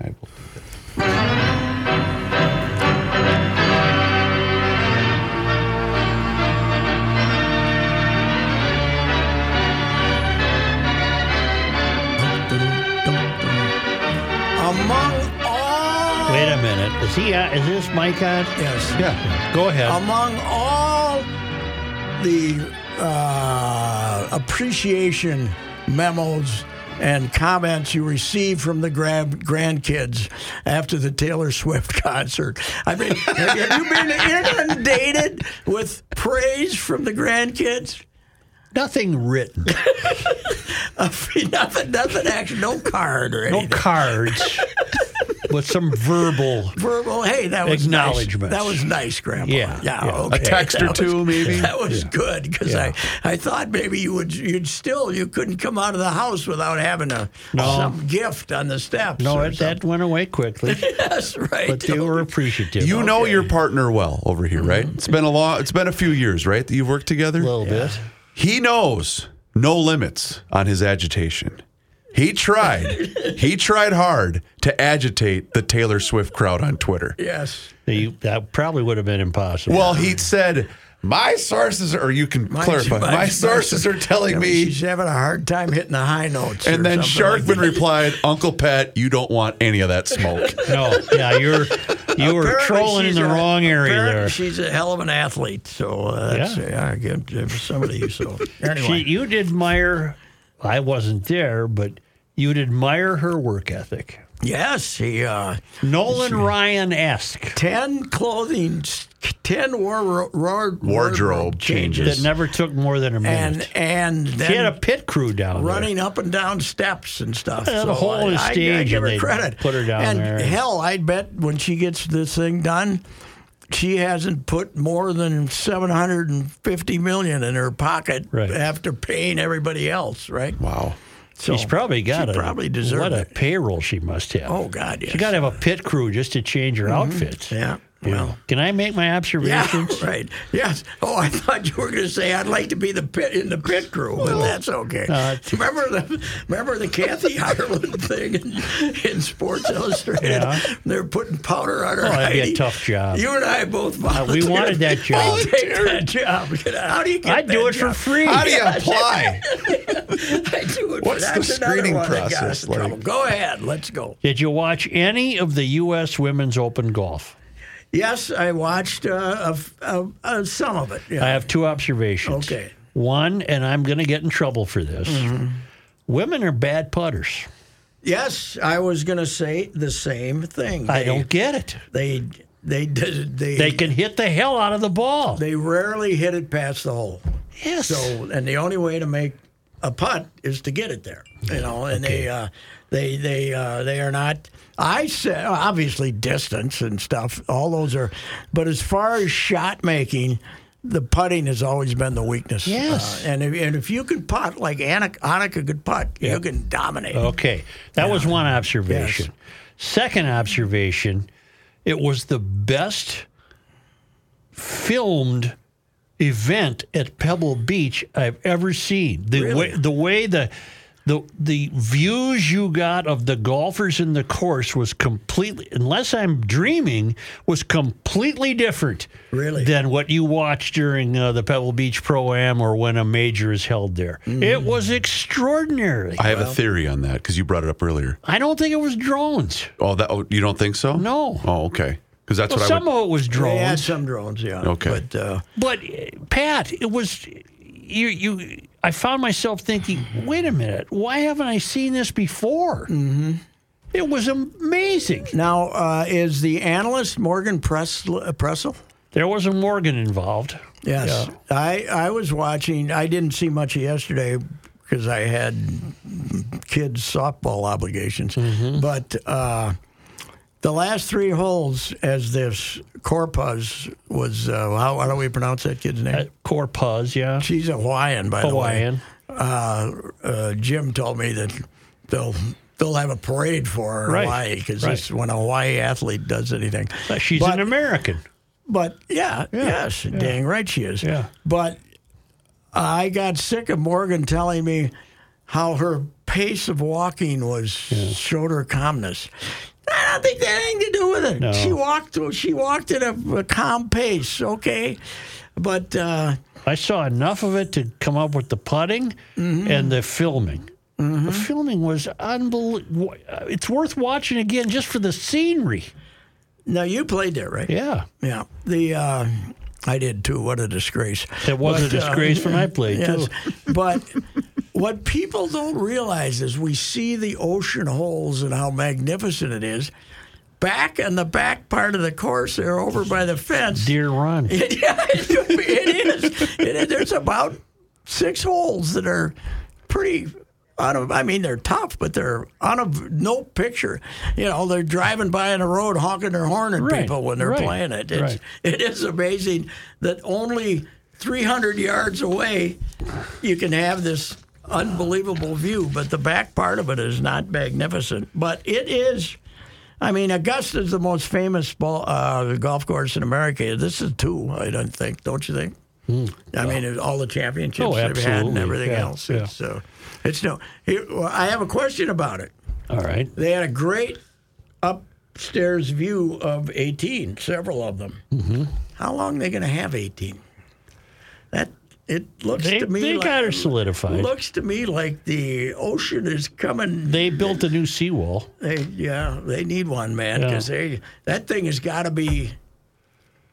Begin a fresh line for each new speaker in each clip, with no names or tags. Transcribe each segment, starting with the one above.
I will do that.
Among all,
Wait a minute. Is he? Uh, is this mic on?
yes, Um,
Yeah, go ahead.
among all the uh, appreciation memos and comments you received from the grab grandkids after the Taylor Swift concert. I mean, have you been inundated with praise from the grandkids?
Nothing written.
I mean, nothing, nothing actually, no card or
No
anything.
cards, but some verbal.
verbal. Hey, that was
Acknowledgments.
Nice. That was nice, Grandpa.
Yeah,
yeah.
yeah.
Okay.
A text or
That was-
two, maybe?
That was good because
Yeah.
I, I thought maybe you would you'd still you couldn't come out of the house without having a
No.
some gift on the steps.
No,
or
it, that went away quickly,
something. yes, right.
but they were appreciative.
You know
Okay. Mm-hmm.
your partner well over here, right? It's been a long, it's been a few years, right? That you've worked together.
a little bit.
He knows no limits on his agitation. He tried, he tried hard to agitate the Taylor Swift crowd on Twitter.
yes.
They- that probably would have been impossible.
Well, he said, "My sources," are- or you can
My-
clarify. My, sources are telling
Yeah, but
me.
she's having a hard time hitting the high notes. or
And then
something
Sharkman
like that.
replied, "Uncle Pat, you don't want any of that smoke."
no, yeah, you're you were
Apparently
trolling in
she's
the
a-
wrong area
apparently
there.
She's a hell of an athlete, so uh, that's
Yeah.
yeah. I give, give somebody. So
She, e
anyway,
you would admire. I wasn't there, but you'd admire her work ethic.
yes, he. Uh,
Nolan Ryan esque.
10 clothing, 10 war, war, wardrobe,
Wardrobe
That
changes.
never took more than a
And,
minute.
and then
she had a pit crew down
running up and down steps and stuff.
They had a whole
I- I- I,
stage
give
and
her
they
credit.
put her down
and
there.
hell, I bet when she gets this thing done, she hasn't put more than 750 million in her pocket
Right.
after paying everybody else, right?
Wow.
So
She's probably got
she
a
probably deserved
what a
it.
payroll she must have.
Oh God, yes.
She got to have a pit crew just to change her outfits.
yeah.
You
Well,
know, can I make my
Yeah,
observations?
right. Yes. Oh, I thought you were going to say I'd like to be the pit in the pit crew, but that's okay.
Uh,
remember the remember the Kathy Ireland thing in, in Sports Illustrated?
Yeah.
They're putting powder on her.
Oh, that'd be a
Heidi.
tough job. Uh,
You and I both volunteered.
wanted that job.
I'll take that job. How do you get
I'd
that
do it for
job?
free.
How do you apply?
I do it
What's
for,
the
that's another
screening
one that got us
process
in trouble.
like?
Go ahead. Let's go.
Did you watch any of the U.S. Women's Open golf?
Yes, I watched uh, a f- a- a- some of it. Yeah.
I have two observations.
Okay. Mm-hmm.
One, and I'm going to get in trouble for this. Women are bad putters.
yes, I was going to say the same thing.
I
They-
don't get it.
They they did they
They
they,
can hit the hell out of the ball.
rarely hit it past the hole.
yes.
So and the only way to make a putt is to get it there. You know, and they uh, they they uh, they are not. I said obviously distance and stuff. All those are, but as far as shot making. The putting has always been the weakness.
Yes.
Uh, and, if, and if you can putt like Anna, Annika could putt, you can dominate.
Okay. That was one observation. Second observation, it was the best filmed event at Pebble Beach I've ever seen. The way the way the the the views you got of the golfers in the course was completely, unless I'm dreaming, was completely different
Really?
than what you watch during uh, the Pebble Beach Pro Am or when a major is held there. It was extraordinary.
I have a theory on that because you brought it up earlier.
I don't think it was drones.
Oh, that oh, you don't think so?
No.
Oh, okay. Because that's
Well,
what I
some
would.
of it was
They had
drones,
some drones, yeah.
Okay.
But uh,
but uh, Pat, it was you. You, I found myself thinking, wait a minute, why haven't I seen this before? Mm-hmm. It was amazing.
now, uh, is the analyst Morgan Press, Pressel?
There was a Morgan involved.
Yes. I, I was watching, I didn't see much yesterday because I had kids' softball obligations.
Mm-hmm.
But uh, the last three holes, as this Corpus was, uh, how, how do we pronounce that kid's name?
Uh, Corpus, yeah,
She's Hawaiian, by the way.
Hawaiian.
uh, uh, Jim told me that they'll they'll have a parade for her in
Right,
Hawaii because
right.
when a Hawaii athlete does anything.
Uh, She's
but,
an American.
But yeah, yes, dang right she is.
Yeah.
But I got sick of Morgan telling me how her pace of walking was showed her calmness. I don't think that had anything to do with it. She walked she walked at a, a calm pace, okay? But uh,
I saw enough of it to come up with the putting and the filming. The filming was unbelievable. It's worth watching again just for the scenery.
now you played there, right?
Yeah.
Yeah, the uh, I did too. What a disgrace!
It was a
But, uh,
disgrace for my play,
yes,
too.
but what people don't realize is we see the ocean holes and how magnificent it is. Back in the back part of the course, there over by the fence.
Deer Run.
yeah, it, it is. It is. There's about six holes that are pretty. Out of, I mean, they're tough, but they're out of no picture. You know, they're driving by on the road, honking their horn at
Right,
people when they're
right,
playing it. It's,
right.
It is amazing that only 300 yards away you can have this unbelievable view, but the back part of it is not magnificent. But it is. I mean, Augusta is the most famous ball, uh, golf course in America. This is two, I don't think. Don't you think? I mean, it's all the championships
Hmm. Oh,
they've had and
absolutely.
everything
Yeah,
else.
yeah.
It's, uh, it's no. Here, well, I have a question about it.
All right.
They had a great upstairs view of 18, several of them.
Mm-hmm.
How long are they going to have 18? That it looks
They,
to me
they
like,
got her solidified.
looks to me like the ocean is coming.
They built a new seawall.
They, yeah, they need one, man,
Yeah.
because they that thing has got to be.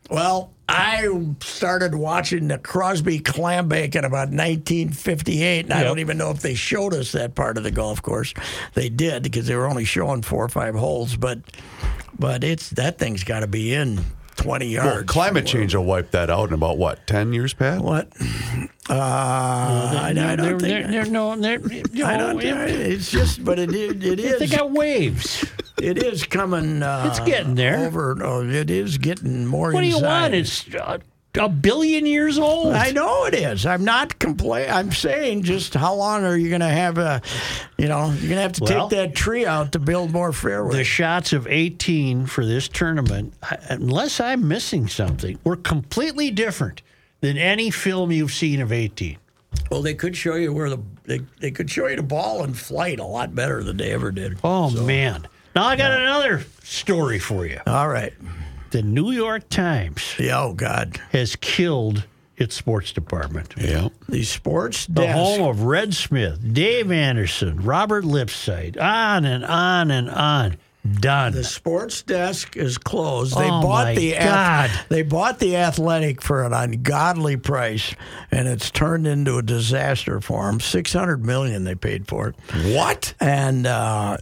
Well, I started watching the Crosby Clam Bake in about 1958, and I
Yep.
don't even know if they showed us that part of the golf course. They did because they were only showing four or five holes, but but it's that thing's got to be in 20 yards.
Well, climate
somewhere.
change will wipe that out in about what ten years, Pat?
What? Uh, I, I
They're-
don't
they're-
think.
they're- no, they're- no,
I don't.
it-
It's just, but it it, it is.
They got waves.
It is coming. Uh,
It's getting there.
Over. Oh, it is getting more.
What do you
inside.
want? It's uh, a billion years old.
I know it is. I'm not complaining. I'm saying just how long are you going to have a, you know, you're going to have to
Well-
take that tree out to build more
the
fairways.
shots of 18 for this tournament, I- unless I'm missing something, were completely different than any film you've seen of 18.
well, they could show you where the they, they could show you the ball in flight a lot better than they ever did.
Oh, man. Now I got another story for you.
All right.
The New York Times
Yeah, oh God,
has killed its sports department.
Yeah.
the sports
The
desk.
home of Red Smith, Dave Anderson, Robert Lipsight, on and on and on. Done.
The sports desk is closed. They
Oh,
bought
my
the
God.
they bought the athletic for an ungodly price, and it's turned into a disaster for them. Six hundred million they paid for it,
What?
and uh,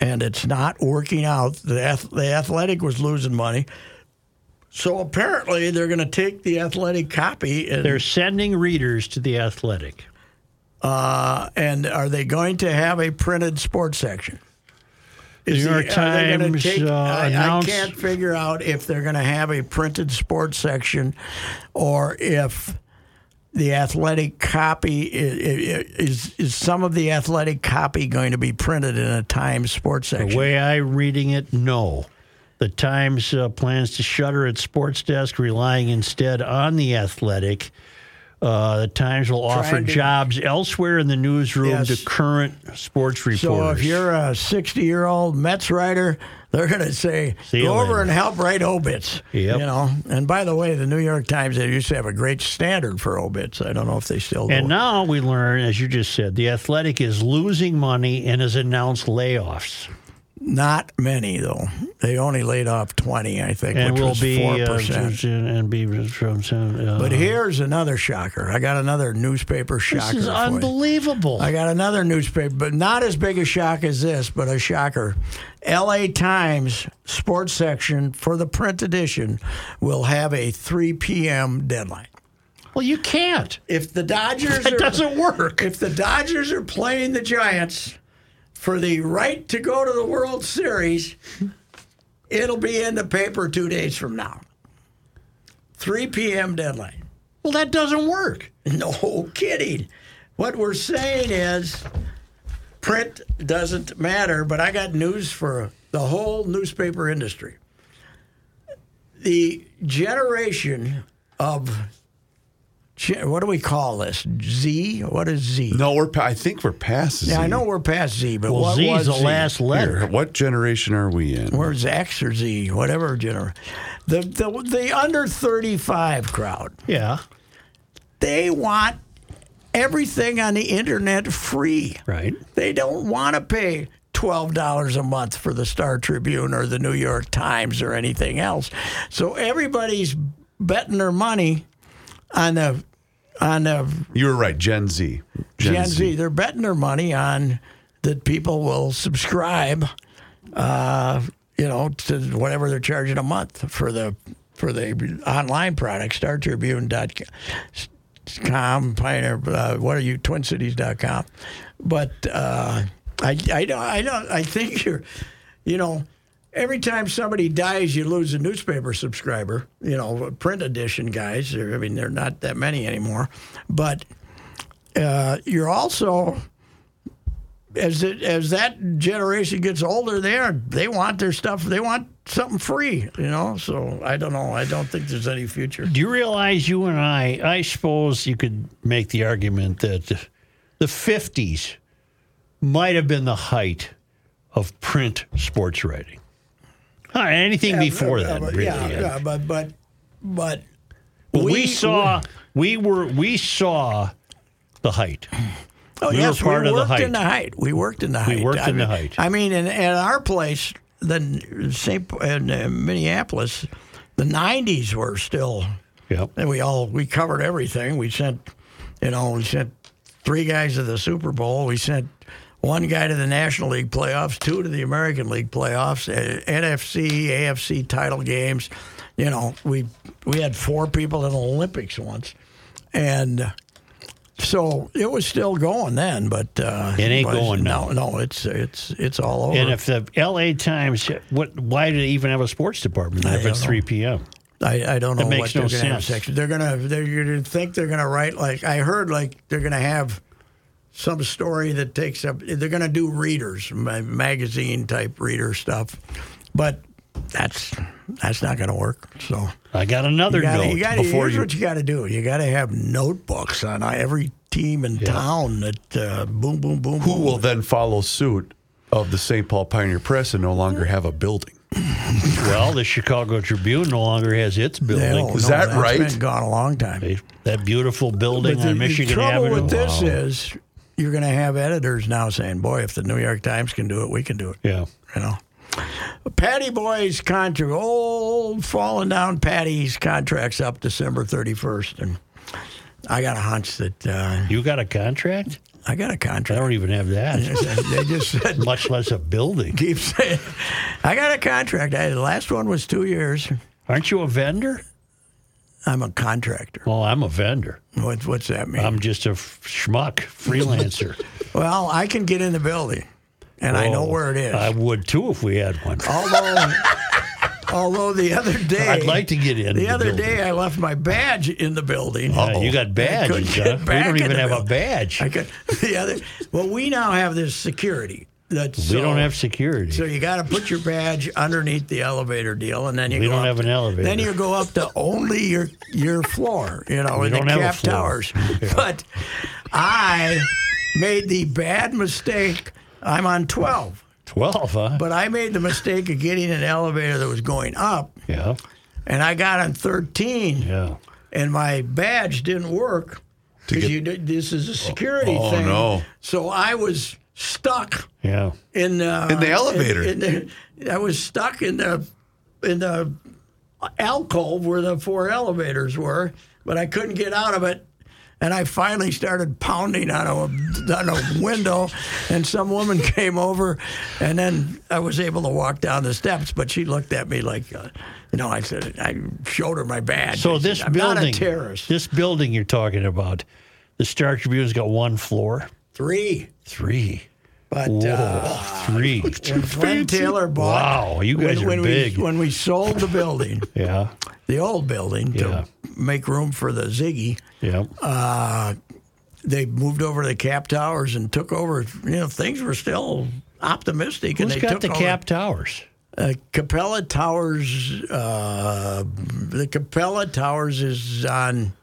and it's not working out. The ath- the athletic was losing money, so apparently they're going to take the athletic copy. And,
They're sending readers to the athletic.
uh, and are they going to have a printed sports section?
New
the-
York
are they gonna
Times
take-
uh,
I,
announced
I can't figure out if they're going to have a printed sports section or if the athletic copy i- i- i- is is some of the athletic copy going to be printed in a Times sports
the
section.
way I'm reading it. No, the Times uh, plans to shutter its sports desk, relying instead on the athletic. Uh, the Times will offer
Trying to-
jobs elsewhere in the newsroom
Yes.
to current sports reporters.
So if you're a 60 year old Mets writer, they're going to say,
See you
go over
later."
and help write obits.
Yep.
You know. And by the way, the New York Times they used to have a great standard for obits. I don't know if they still do.
and now we learn, as you just said, the Athletic is losing money and has announced layoffs.
Not many though. They only laid off 20, I think,
and
which
will
was
be
four
uh,
percent.
and be from some. Uh,
but here's another shocker. I got another newspaper
this
shocker.
is
for you.
unbelievable.
I got another newspaper, but not as big a shock as this, but a shocker. LA Times sports section for the print edition will have a 3 p.m. deadline.
well, you can't.
If the Dodgers
That
are,
doesn't work.
if the Dodgers are playing the Giants for the right to go to the World Series, it'll be in the paper 2 days from now. 3 p.m. deadline.
Well, that doesn't work.
No kidding. What we're saying is print doesn't matter, but I got news for the whole newspaper industry. The generation of ge- what do we call this? Z? What is Z?
No, we're. Pa- I think we're past. Z.
Yeah, I know we're past Z, but
Well,
what
Z
was
is the
Z?
last letter.
Here, What generation are we in?
Where's X or Z, whatever generation. The, the the under thirty five crowd.
Yeah.
They want everything on the internet free.
Right.
They don't want to pay $12 a month for the Star Tribune or the New York Times or anything else. So everybody's betting their money on the on the
you were right. Gen Z.
Gen, Z. They're betting their money on that people will subscribe uh, you know to whatever they're charging a month for the for the online product Star Tribune dot com pioneer uh, what are you twincities.com but uh, I, I don't I don't I think you're you know every time somebody dies you lose a newspaper subscriber you know print edition guys There- I mean they're not that many anymore but uh, you're also as it, as that generation gets older, they are they want their stuff. They want something free, you know. So I don't know. I don't think there's any future.
Do you realize you and I, I suppose you could make the argument that the 50s might have been the height of print sports writing. Huh, anything before that,
but,
really.
yeah, yeah, but but but
But we,
we-
saw, we were, we saw the height.
oh
We were
yes,
part
we
of the
worked
height.
in the height. We worked in the height.
worked
I
in the
mean-
height.
I mean, in, in our place, the St. in uh, Minneapolis, the '90s were still
Yep.
And we all we covered everything. We sent, you know, we sent three guys to the Super Bowl. We sent one guy to the National League playoffs, two to the American League playoffs, eh, NFC, AFC title games. You know, we we had four people in the Olympics once, and so it was still going then. But uh,
It ain't
but
going now.
No, no, it's it's it's all over.
And if the LA Times, what? Why do they even have a sports department if
don't
it's
know.
3 p.m.?
I, I don't know
makes
what they're going
no
to have
sense.
section. They're going to they're going to think they're going to write like I heard like they're going to have some story that takes up. They're going to do readers ma- magazine type reader stuff, but that's that's not going to work. So
I got another
you gotta,
note.
you gotta,
before
here's
you-
what you got to do. You got to have notebooks on uh, every team in town that uh, boom boom boom.
Who
boom.
will then follow suit of the St. Paul Pioneer Press and no longer have a building?
well, the Chicago Tribune no longer has its building.
No,
Is
no,
that
that's
right?
Been gone a long time.
They- That beautiful building
But the,
on
the
Michigan
trouble
Avenue.
with this
Wow.
is you're going to have editors now saying, "Boy, if the New York Times can do it, we can do it."
yeah.
You know, Patty Boy's contract, old falling down Patty's contract's up December 31st, and I got a hunch that uh,
You got a contract?
I got a
I
contract.
don't even have that,
they just said,
much less a building.
keep saying, "I got a contract." I, the last one was two years.
Aren't you a vendor?
I'm a contractor.
Well, I'm a vendor.
What, what's that mean?
I'm just a f- schmuck freelancer.
well, I can get in the building, and I know
Oh,
where it is.
I would too if we had one.
although although the other day
I'd like to get in.
the,
the
other
building.
day I left my badge in the building.
Yeah, you got
couldn't
badges.
get
Huh? We
back
don't
in
even
the
have a
building.
badge.
I could the other well we now have this security That's
We don't have security.
So you got to put your badge underneath the elevator deal, and then you
We
go
don't
up-
have an elevator.
Then you go up to only your your floor, you know,
We
in the
don't have a
cap
floor.
towers. But I made the bad mistake. I'm on twelve,
Twelve, huh?
but I made the mistake of getting an elevator that was going up,
yeah,
and I got on thirteen,
yeah.
and my badge didn't work because
get-
you did, this is a security
Oh,
thing.
no.
So I was stuck
Yeah.
in uh,
In the elevator.
In, in the, I was stuck in the in the alcove where the four elevators were, but I couldn't get out of it. And I finally started pounding on a on a window, and some woman came over, and then I was able to walk down the steps. But she looked at me like, uh, you know, I said I showed her my badge. I
So
said,
this
I'm
building,
not a terrorist.
this building you're talking about, the Star Tribune's got one floor,
Three,
three,
but
whoa,
uh,
three.
when Glenn Taylor bought.
Wow, you guys
when,
are
when
big.
We, when we sold the building.
Yeah,
the old building to make room for the Ziggy.
yeah.
Uh, They moved over to the cap towers and took over. You know, things were still optimistic. and
Who's
they
got
took
the
over-
cap towers?
Uh, Capella Towers. Uh, the Capella Towers is on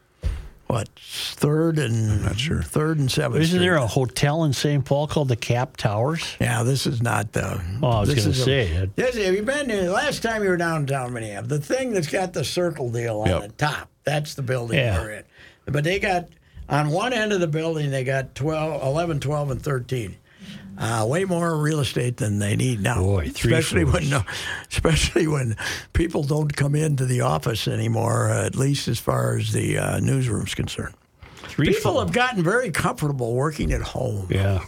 what third and I'm not sure third and seventh.
Isn't there
Street.
a hotel in St. Paul called the Cap Towers?
Yeah, this is not the.
Oh, I was
this
gonna
is a-
say that.
This, have you been there? Last time you were downtown Minneapolis, the thing that's got the circle deal on
Yep.
the top, that's the building
Yeah.
we're in. But they got, on one end of the building, they got 12, 11, 12, and 13. Uh, way more real estate than they need now.
Boy, three
especially when,
floors.
no, especially when people don't come into the office anymore. Uh, at least as far as the uh, newsroom's concerned,
Three
people
floors.
have gotten very comfortable working at home.
Yeah,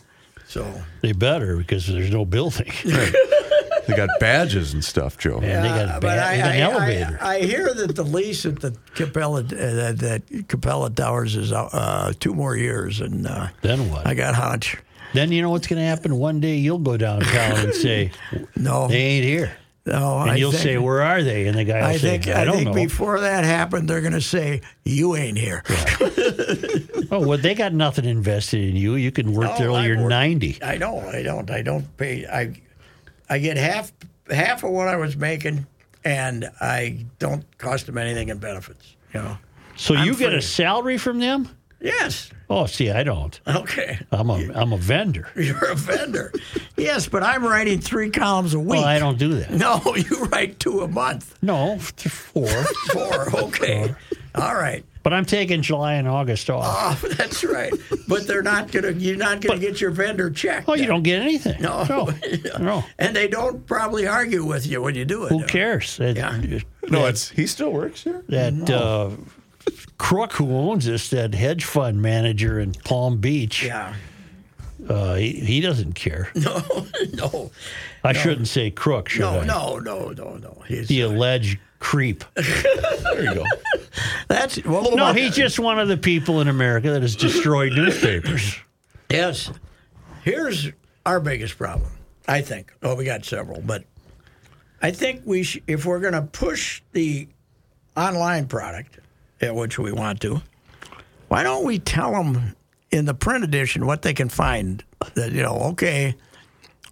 So
they better because there's no building.
They got badges and stuff, Joe.
And they got a ba- they got an elevator.
Uh, I, hear that the lease at the Capella uh, that, that Capella Towers is uh, two more years, and uh,
then what?
I got a hunch.
then you know what's going to happen? One day you'll go downtown and say
No,
they ain't here,
no,
and
I
you'll
think,
say where are they? And the guy will
I
say
think
I
I,
don't
think
know.
before that happened, they're going to say you ain't here.
Oh well, they got nothing invested in you. You can work
No,
till
I've
you're
worked-
ninety.
I don't. I don't. I don't pay. I I get half half of what I was making, and I don't cost them anything in benefits. You know.
So
I'm
you get
free.
a salary from them?
Yes.
Oh, see, I don't.
Okay.
I'm a I'm a vendor.
You're a vendor. yes, but I'm writing three columns a week.
Well, I don't do that.
No, you write two a month.
No, th- four.
Four. Okay. All right.
but I'm taking July and August off.
Oh, that's right. But they're not gonna. You're not gonna get your vendor check.
Oh, you
then.
don't get anything.
No.
no, no.
And they don't probably argue with you when you do it.
Who cares? That,
Yeah.
No, it's he still works here.
that uh, crook who owns this, that hedge fund manager in Palm Beach,
Yeah.
uh, he, he doesn't care.
No. No.
I shouldn't say crook, should
No.
I?
No. No. No. No. He's,
The alleged creep.
There you go.
that's well,
No,
about-
he's just one of the people in America that has destroyed newspapers.
Oh. Yes. Here's our biggest problem, I think. Oh, we got several, but I think we, sh- if we're going to push the online product, at which we want to, why don't we tell them in the print edition what they can find? That you know, okay,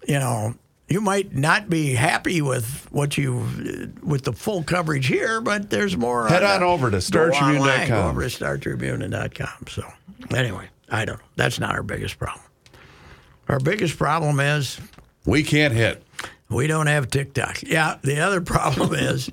you know, you might not be happy with what you with the full coverage here, but there's more.
Head
the-
on over to
go online, Go
StarTribune.com.
over to StarTribune.com. So, anyway, I don't. know. That's not our biggest problem. Our biggest problem is
We can't hit.
we don't have TikTok. Yeah, the other problem is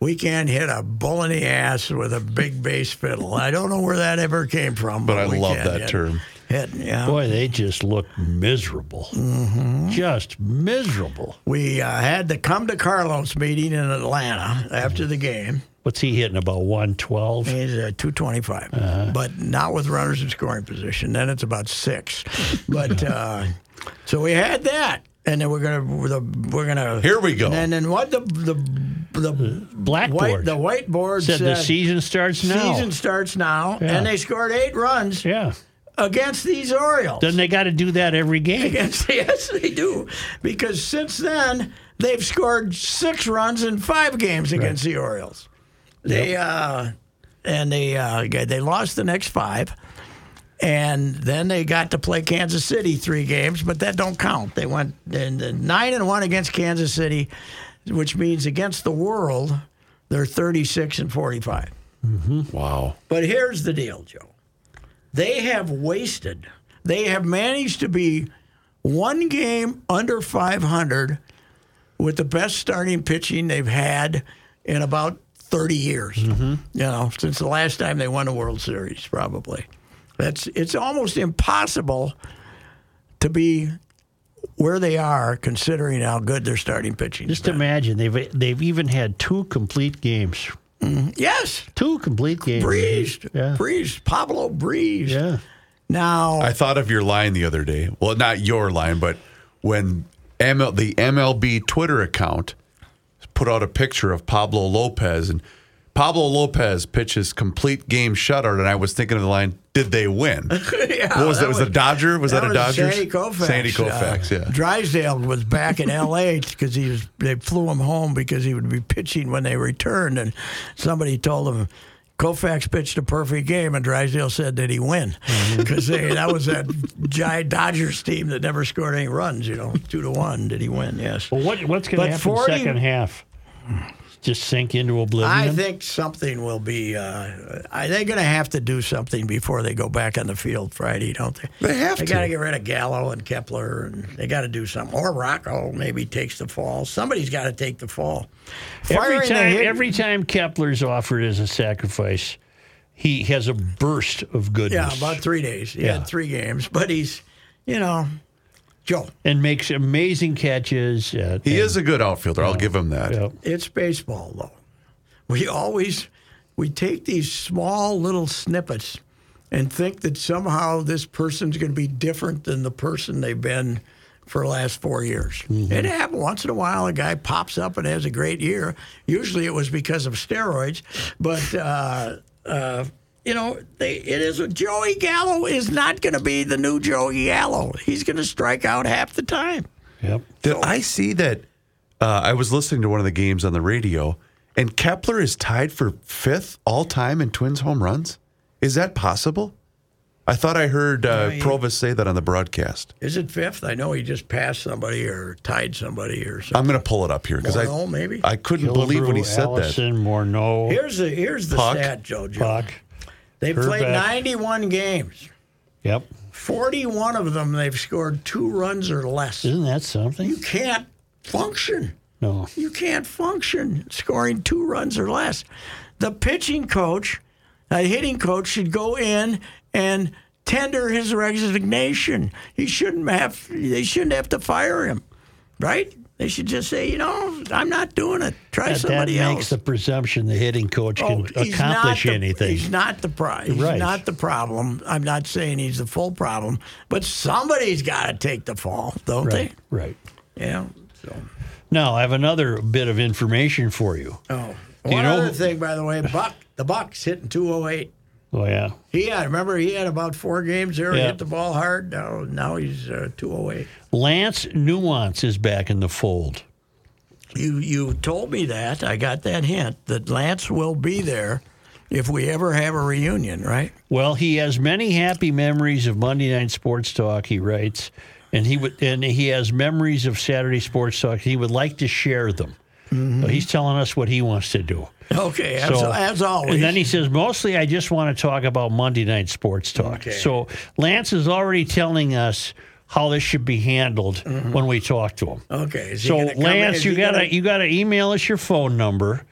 we can't hit a bull in the ass with a big bass fiddle. I don't know where that ever came from, but,
But I
we
love
can't
that
hit-
term.
Hit, yeah.
Boy, they just look miserable.
Mm-hmm.
Just miserable.
We uh, had the come to Carlos meeting in Atlanta after the game.
What's he hitting about 112?
He's uh, 225,
Uh-huh.
but not with runners in scoring position. Then it's about six. But uh, so we had that, and then we're gonna we're the- we're gonna
Here we go.
And then what the the the white
Blackboard
the whiteboard
said
said,
the season starts now.
season starts now,
Yeah.
and they scored eight runs
yeah.
against these Orioles.
Then they got to do that every game.
Against yes, they do because since then they've scored six runs in five games against the Orioles. They uh, and they uh, g- they lost the next five, and then they got to play Kansas City three games, but that don't count. They went and, and nine and one against Kansas City, which means against the world, they're thirty six and forty five.
Wow.
But here's the deal, Joe. They have wasted. They have managed to be one game under 500 with the best starting pitching they've had in about 30 years.
Mm-hmm.
You know, since the last time they won a World Series, probably. That's it's almost impossible to be where they are considering how good their starting pitching is.
Just imagine they've they've even had two complete games,
Yes,
two complete games.
Breeze,
Yeah.
Breeze, Pablo Breeze.
Yeah.
Now,
I thought of your line the other day. Well, not your line, but when ML, the MLB Twitter account put out a picture of Pablo Lopez and Pablo Lopez pitches complete game shutout, and I was thinking of the line, "Did they win?"
Yeah,
what was that? Was, a Dodger? Was that, a
was
Dodgers?
Sandy Koufax.
Sandy
Uh,
Koufax, yeah.
Drysdale was back in L.A. because he was. They flew him home because he would be pitching when they returned, and somebody told him. Koufax pitched a perfect game, and Drysdale said, "Did he win?"
Mm-hmm.
Because that was that giant Dodgers team that never scored any runs. You know, two to one. Did he win? Yes.
Well, what what's going
But
to happen
40
second half? Just sink into oblivion.
I think something will be. Uh, I- they're going to have to do something before they go back on the field Friday, don't they?
They have
They
to.
got to get rid of Gallo and Kepler, and they got to do something. Or Rocco maybe takes the fall. Somebody's got to take the fall.
every
Firing the
time
hit-
every time Kepler's offered as a sacrifice, he has a burst of
yeah,
goodness
about three days. He
Yeah.
had three games, but he's, you know, Joe.
and makes amazing catches. uh,
He
and-
is a good outfielder. I'll give him that.
yeah.
It's baseball, though. We always we take these small little snippets and think that somehow this person's going to be different than the person they've been for the last four years. It happens once in a while. A guy pops up and has a great year. Usually, it was because of steroids, but. Uh, uh, you know, they, it is Joey Gallo is not going to be the new Joey Gallo. He's going to strike out half the time.
Yep.
Did I see that? Uh, I was listening to one of the games on the radio, and Kepler is tied for fifth all time in Twins home runs. Is that possible? I thought I heard uh, Provis say that on the broadcast.
Is it fifth? I know he just passed somebody or tied somebody or something.
I'm going to pull it up here because I
Morneau, maybe?
I couldn't believe when he said
Allison, Morneau,
Here's the here's the
Puck.
stat, Jojo.
Puck.
They played
Herbeck.
91 games.
Yep.
41 of them they've scored two runs or less. You
Isn't that something?
can't function.
No.
You can't function scoring two runs or less. The pitching coach, a hitting coach, should go in and tender his resignation. He shouldn't have. They shouldn't have to fire him, right? They should just say, you know, I'm not doing it. Try
That, that
somebody
makes
else.
the presumption the hitting coach can
Oh, he's not
accomplish
the-
anything.
He's not the pro- He's
Right.
not the problem. I'm not saying he's the full problem, but somebody's got to take the fall, don't
right. Right.
they? Yeah. So.
Now I have another bit of information for you.
Oh,
you
one
know-
other thing, by the way, Buck, the Bucks hitting 208.
Oh yeah.
He had, remember, he had about four games there. He
Yeah.
hit the ball hard. Now, now he's uh, 208.
Lance Nuance is back in the fold.
You you told me that. I got that hint that Lance will be there if we ever have a reunion, right?
Well, he has many happy memories of Monday night sports talk. He writes, and he would, and he has memories of Saturday sports talk. He would like to share them. So he's telling us what he wants to do.
Okay, Mm-hmm. as, as always.
And then he says, mostly I just want to talk about Monday night sports talk. So Lance is already telling us how this should be handled
Mm-hmm.
when we talk to him.
okay, is he
So
gonna come in?
Lance,
Is
you
he
gotta,
gonna-
you gotta email us your phone number,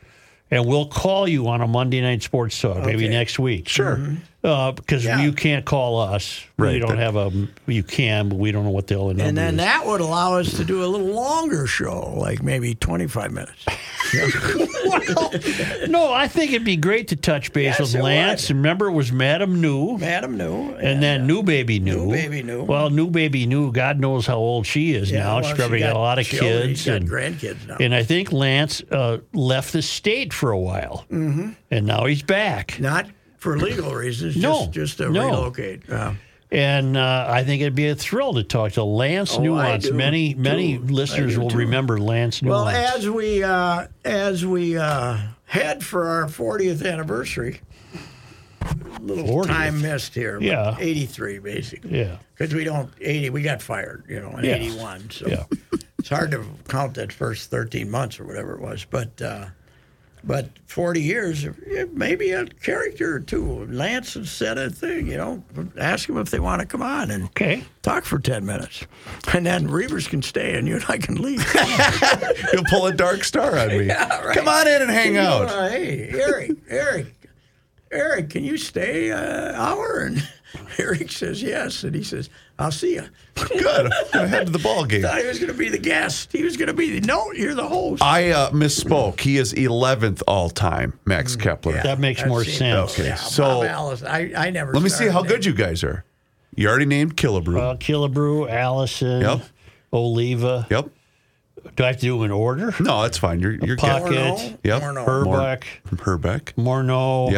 and we'll call you on a Monday night sports talk maybe
Okay.
next week. Sure, because
Yeah.
you can't call us. We
Right,
don't
but-
have a. You can, but we don't know what the other number
And then
is.
that would allow us to do a little longer show, like maybe 25 minutes.
no, I think it'd be great to touch
Yes,
base
it
with
would.
Lance. Remember, it was Madam New.
Madam knew.
And then new baby knew.
Baby New.
Well, new baby knew. God knows how old she is now. She's probably got, a lot of kids
Got
and
grandkids now.
And I think Lance uh, left the state for a while, mm-hmm. and now he's back.
Not for legal reasons,
No,
just, just to
no.
relocate. Uh,
And uh, I think it'd be a thrill to talk to Lance
Oh, I
Nuance.
do,
Many many
too.
listeners
I do,
will
too.
remember Lance Nuance.
well, as we uh, as we uh, head for our 40th anniversary, little
40th.
time missed here. but
Yeah.
83 basically.
Yeah.
Because we don't 80. We got fired, you know, in
Yeah.
81. So
Yeah.
it's hard to count that first 13 months or whatever it was. But uh, but 40 years, eh, maybe a character or two. Lance had said a thing, you know. Ask them if they want to come on and
Okay.
talk for 10 minutes, and then Reavers can stay and you and I can leave.
You'll pull a dark star on me. Come on in and hang out.
Uh, hey, Eric, Eric, Eric, can you stay an hour? And Eric says yes, and he says, "I'll see you."
Good. I'm gonna head to the ball game.
Thought he was going to be the guest. He was going to be the no. You're the host.
I uh, misspoke. He is 11th all time, Max Kepler.
That makes
I've
more
seen
sense.
Okay,
Yeah,
so-
Bob Alice, I, I never.
Let me see
started
how
it.
good you guys are. You already named Killebrew.
Well, Uh, Killebrew, Allison,
Yep.
Oliva.
yep.
Do I have to do them in order?
No, that's fine. You're you're
Pocket.
good.
Morneau?
Yep.
Morneau.
Herbeck,
From Herbeck.
Morneau,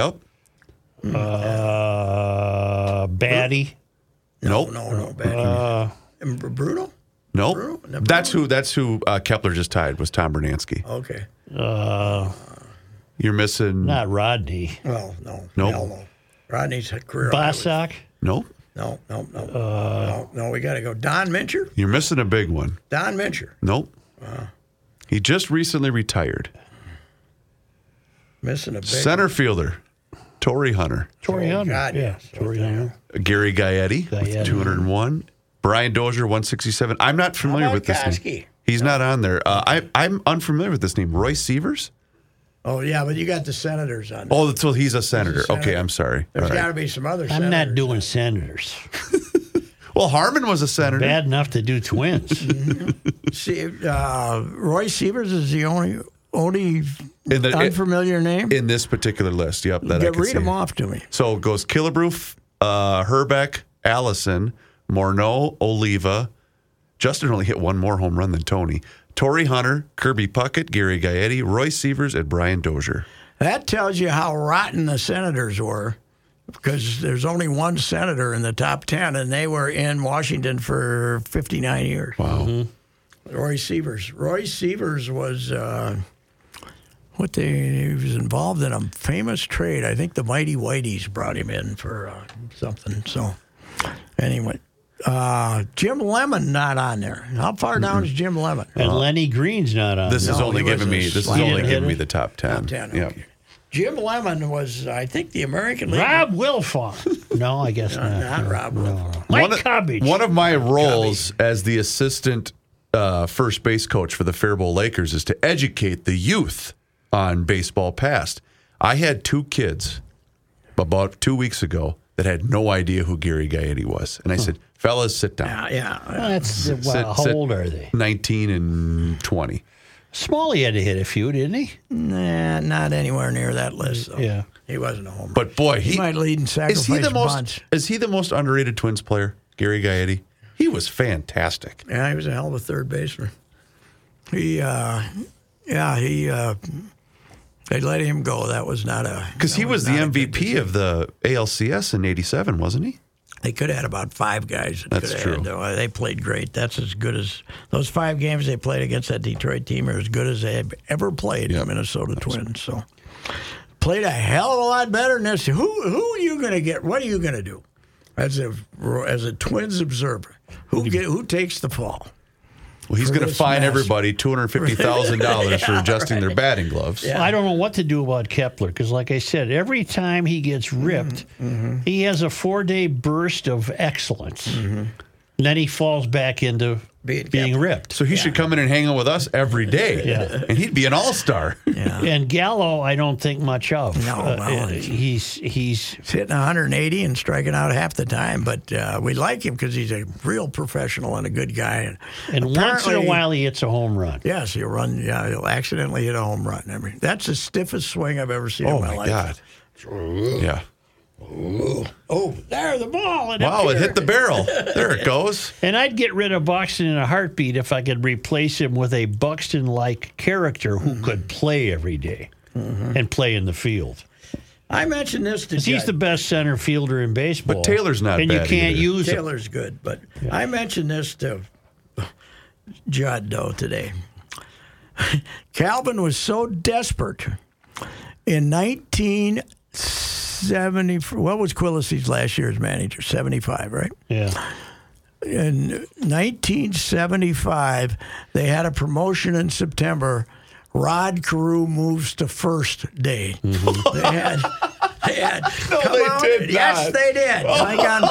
Yep.
uh, Batty.
Nope. Uh,
No, no, bad. And Br- Bruno.
Nope.
Bruno?
That's who. That's who uh, Kepler just tied was Tom Bernansky.
Okay.
You're missing.
Not Rodney.
Well, no.
Nope.
Hell no. Rodney's career.
Bosak.
Nope.
No, no, no.
Uh,
no, no. We got to go. Don Mincher.
You're missing a big one.
Don Mincher.
Nope. He just recently retired.
Missing a big
Center fielder, Torrey Hunter,
Tori
Oh,
Hunter.
God,
yeah.
yes.
Torrey Hunter.
Gary Gaetti,
Gaetti.
with 201, Brian Dozier 167. I'm not familiar
about
with this
Koski?
name. He's not on there. Uh, I, I'm unfamiliar with this name. Roy Severs.
Oh yeah, but you got the senators on. there.
Oh, so he's a senator. Okay, I'm sorry. All
There's
right.
got to be some other.
I'm
senators.
not doing senators.
Well, Harmon was a senator.
Bad enough to do twins.
See, uh, Roy Severs is the only only
In the-
unfamiliar name.
in this particular list. Yep, that I
Get,
can
read
see.
them off to me.
So it goes Killebrew, uh, Herbeck, Allison, Morneau, Oliva. Justin only hit one more home run than Tony. Torrey Hunter, Kirby Puckett, Gary Gaetti, Roy Severs, and Brian Dozier.
That tells you how rotten the senators were, because there's only one senator in the top ten, and they were in Washington for 59 years. Wow. Roy Severs. Roy Severs was. Uh, what they he was involved in a famous trade. I think the Mighty Whiteys brought him in for uh, something. So anyway, uh, Jim Lemon not on there. How far down is Jim Lemon?
and Lenny Green's not on.
This
there.
is
No,
only
he was
giving
a
me this is
slight-
only
He
giving
didn't
me
hit
the top ten.
Top 10,
Yep.
okay. Jim Lemon was, I think, the American League.
Rob Wilfong. No, I guess not.
Not Rob. Wilson.
Mike
one,
Cubbage.
of, one of my roles as the assistant uh, first base coach for the Faribault Lakers is to educate the youth on baseball past. I had two kids about two weeks ago that had no idea who Gary Gaetti was. And I said, fellas, sit down.
Yeah, Uh, yeah.
That's wow.
Sit-
how
sit-
old are they?
19 and 20.
Smalley had to hit a few, didn't he?
Nah, not anywhere near that list. Though.
Yeah.
he wasn't a homer.
But boy,
he,
he,
might lead in sacrifice
is he the most
bunts.
is he the most underrated Twins player, Gary Gaetti? He was fantastic.
Yeah, he was a hell of a third baseman. He, uh, yeah, he. Uh, they let him go. That was not a
Because
that
he was the
not a good
MVP of the ALCS in '87, wasn't he?
They could have had about five guys. That
That's
could have
true.
Had, though. they played great. That's as good as those five games they played against that Detroit team are as good as they have ever played the Minnesota Twins. So played a hell of a lot better than this. Who who are you going to get? What are you going to do as a as a Twins observer? Who get, who takes the fall?
Well, he's
For
going to
this
fine
mess.
everybody two hundred fifty thousand dollars for adjusting their batting gloves.
I don't know what to do about Kepler because, like I said, every time he gets ripped, he has a four day burst of excellence. And then he falls back into
Being
being
Kepler.
ripped.
So he should come in and hang out with us every day,
Yeah.
and he'd be an all-star.
And Gallo, I don't think much of. Uh,
No, well,
he's he's
He's hitting 180 and striking out half the time, but uh, we like him because he's a real professional and a good guy. And,
and once in a
apparently-
while he hits a home run.
Yes, he'll run. Yeah, he'll accidentally hit a home run. I mean, that's the stiffest swing I've ever seen
Oh
in my,
my
life.
god! Yeah.
Oh, there the ball. And up
Wow! It
here.
hit the barrel. There it goes.
And I'd get rid of Buxton in a heartbeat if I could replace him with a Buxton like character who
Mm-hmm.
could play every day and play in the field.
I mentioned this to
'Cause He's the
Judd.
best center fielder in baseball.
Taylor's not
And you
bad
can't
either.
use him.
Taylor's good, but I mentioned this to Judd though today. Calvin was so desperate in 1970 seventy. What was Quillisi's last year's manager? Seventy-five, right?
Yeah.
in 1975, they had a promotion in September. Rod Carew moves to first day. They had. They had,
Mm-hmm. No, they did
Yes,
not. Oh.
they did. Like on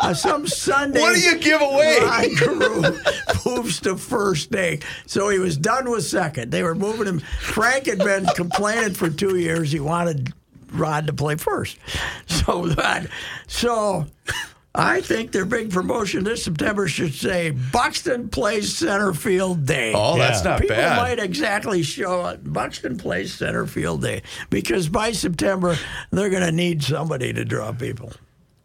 uh, some Sunday.
What do you give away?
Rod Carew moves to first day. So he was done with second. They were moving him. Frank had been complaining for two years. He wanted Rod to play first. So, Rod, so I think their big promotion this September should say Buxton plays center field day.
Oh,
Yeah.
that's not
People
bad.
might exactly show up. Buxton plays center field day because by September they're going to need somebody to draw people.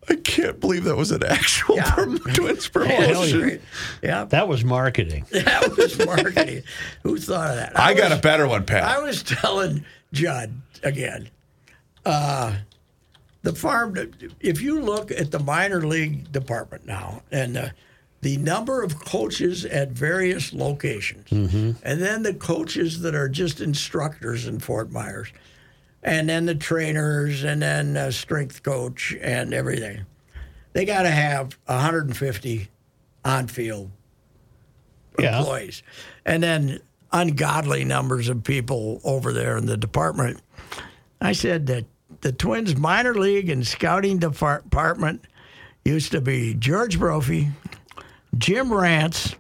I can't believe that was an actual
Yeah.
Oh, prom- Twins
That was
promotion.
great. Yeah,
That was marketing.
Oh,
that was marketing. Who thought of that?
I got
was-
a better one,
I
Pat.
was telling Judd again, uh, the farm. If you look at the minor league department now, and uh, the number of coaches at various locations, and then the coaches that are just instructors in Fort Myers, and then the trainers, and then uh, strength coach, and everything. They got to have 150 on-field
Yeah.
employees. And then ungodly numbers of people over there in the department. I said that the Twins minor league and scouting depart- department used to be George Brophy, Jim Rantz,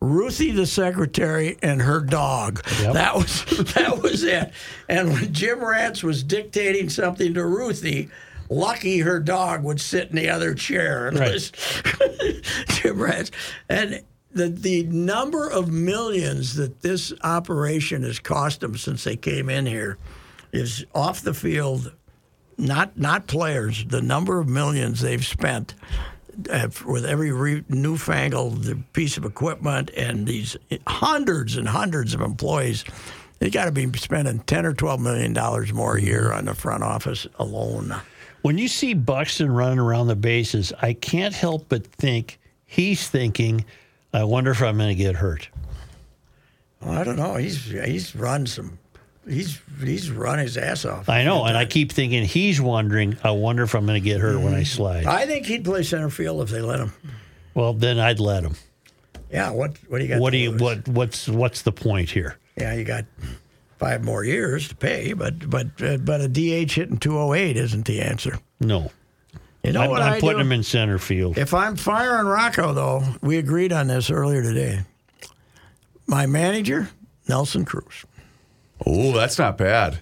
Ruthie the secretary and her dog. That was that was it. And when Jim Rantz was dictating something to Ruthie, Lucky her dog would sit in the other chair and
Right.
listen. Jim Rantz. And the the number of millions that this operation has cost them since they came in here is off the field not not players. The number of millions they've spent uh, with every re- newfangled piece of equipment and these hundreds and hundreds of employees, they got to be spending ten or twelve million dollars more a year on the front office alone.
When you see Buxton running around the bases, I can't help but think he's thinking, I wonder if I'm going to get hurt.
Well, I don't know. He's he's run some. He's he's run his ass off.
I know. And I keep thinking he's wondering, I wonder if I'm going to get hurt when I
Mm-hmm.
slide.
I think he'd play center field if they let him.
Well, then I'd let him.
Yeah. What what do you got?
What
to
do you
lose?
what what's what's the point here?
Yeah, you got five more years to pay, but but uh, but a DH hitting 208 isn't the answer.
No.
You know
I'm,
what
I'm
I
putting
do?
him in center field.
If I'm firing Rocco, though, we agreed on this earlier today. My manager, Nelson Cruz,
Oh, that's not bad.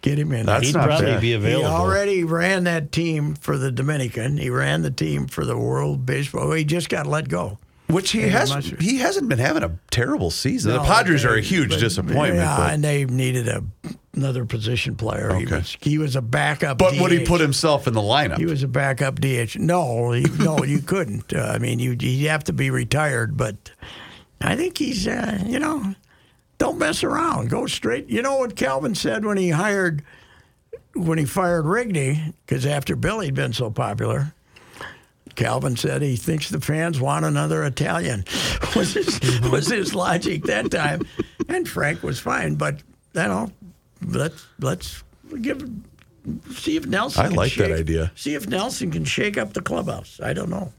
get him in.
That's
He'd
not
probably
bad.
be available.
He already ran that team for the Dominican. He ran the team for the World Baseball. He just got let go.
Which he has he hasn't been having a terrible season. the
No,
Padres
they-
are a huge
but-
disappointment.
Yeah,
but
and they needed a another position player. He
Okay.
was he was a backup.
but would he
DH.
put himself in the
He
lineup?
was a backup DH. No, he, no, you couldn't. Uh, I mean, you you have to be retired. But I think he's, uh, you know, don't mess around. Go straight. You know what Calvin said when he hired, when he fired Rigney, because after Billy had been so popular. Calvin said he thinks the fans want another Italian. Was his, was his logic that time? And Frank was fine, but you know, let's let's give see if Nelson.
I
can
like that
shake-
idea.
See if Nelson can shake up the clubhouse. I don't know.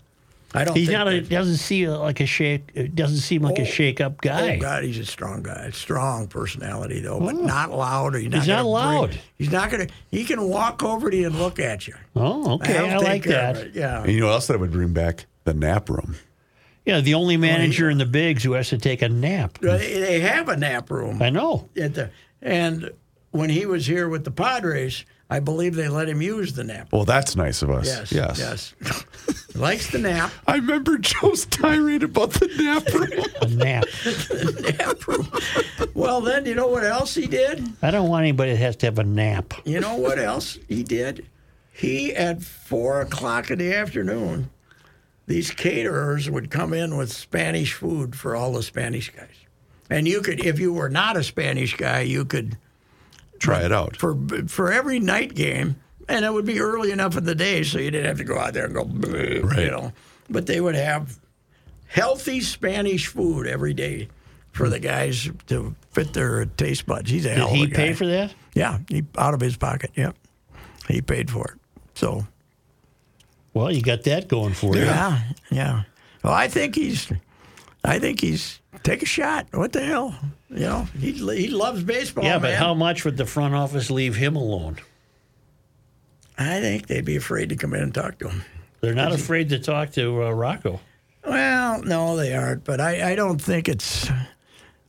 I don't.
He's
think
not a
that-
doesn't see a, like a shake it doesn't seem like
Oh.
a shake up
Oh
guy.
God, he's a strong guy. Strong personality though, but not loud. He's not,
Oh. He's not
gonna bring-
loud.
he's not gonna. He can walk over to you and look at you.
oh, okay.
I'll
I,
take
like
care of
that.
it, Yeah.
And you know what else that would bring back? The nap room.
Yeah, the only manager in the bigs who has to take a nap.
They they have a nap room.
I know.
at the and when he was here with the Padres, I believe they let him use the nap.
Well, that's nice of us.
Yes,
Yes.
yes, Likes the nap,
I remember Joe's tirade about the nap room.
A nap.
nap room. Well, then you know what else he did?
I don't want anybody that has to have a nap.
You know what else he did? He at four o'clock in the afternoon, these caterers would come in with Spanish food for all the Spanish guys, and you could, if you were not a Spanish guy, you could.
Try it out.
for for every night game, and it would be early enough in the day so you didn't have to go out there and go, "Bleh," you
Right.
know. But they would have healthy Spanish food every day for the guys to fit their taste buds. He's a
Did
hell of a
he
guy.
pay for that?
Yeah, he, out of his pocket. Yeah, He paid for it. So
Well, you got that going for you.
yeah, yeah. Well, I think he's, I think he's take a shot. What the hell? You know, he he loves baseball.
Yeah, but
Oh, man.
how much would the front office leave him alone?
I think they'd be afraid to come in and talk to him.
They're not afraid to talk to uh, Rocco.
Well, no, they aren't. But I, I don't think it's,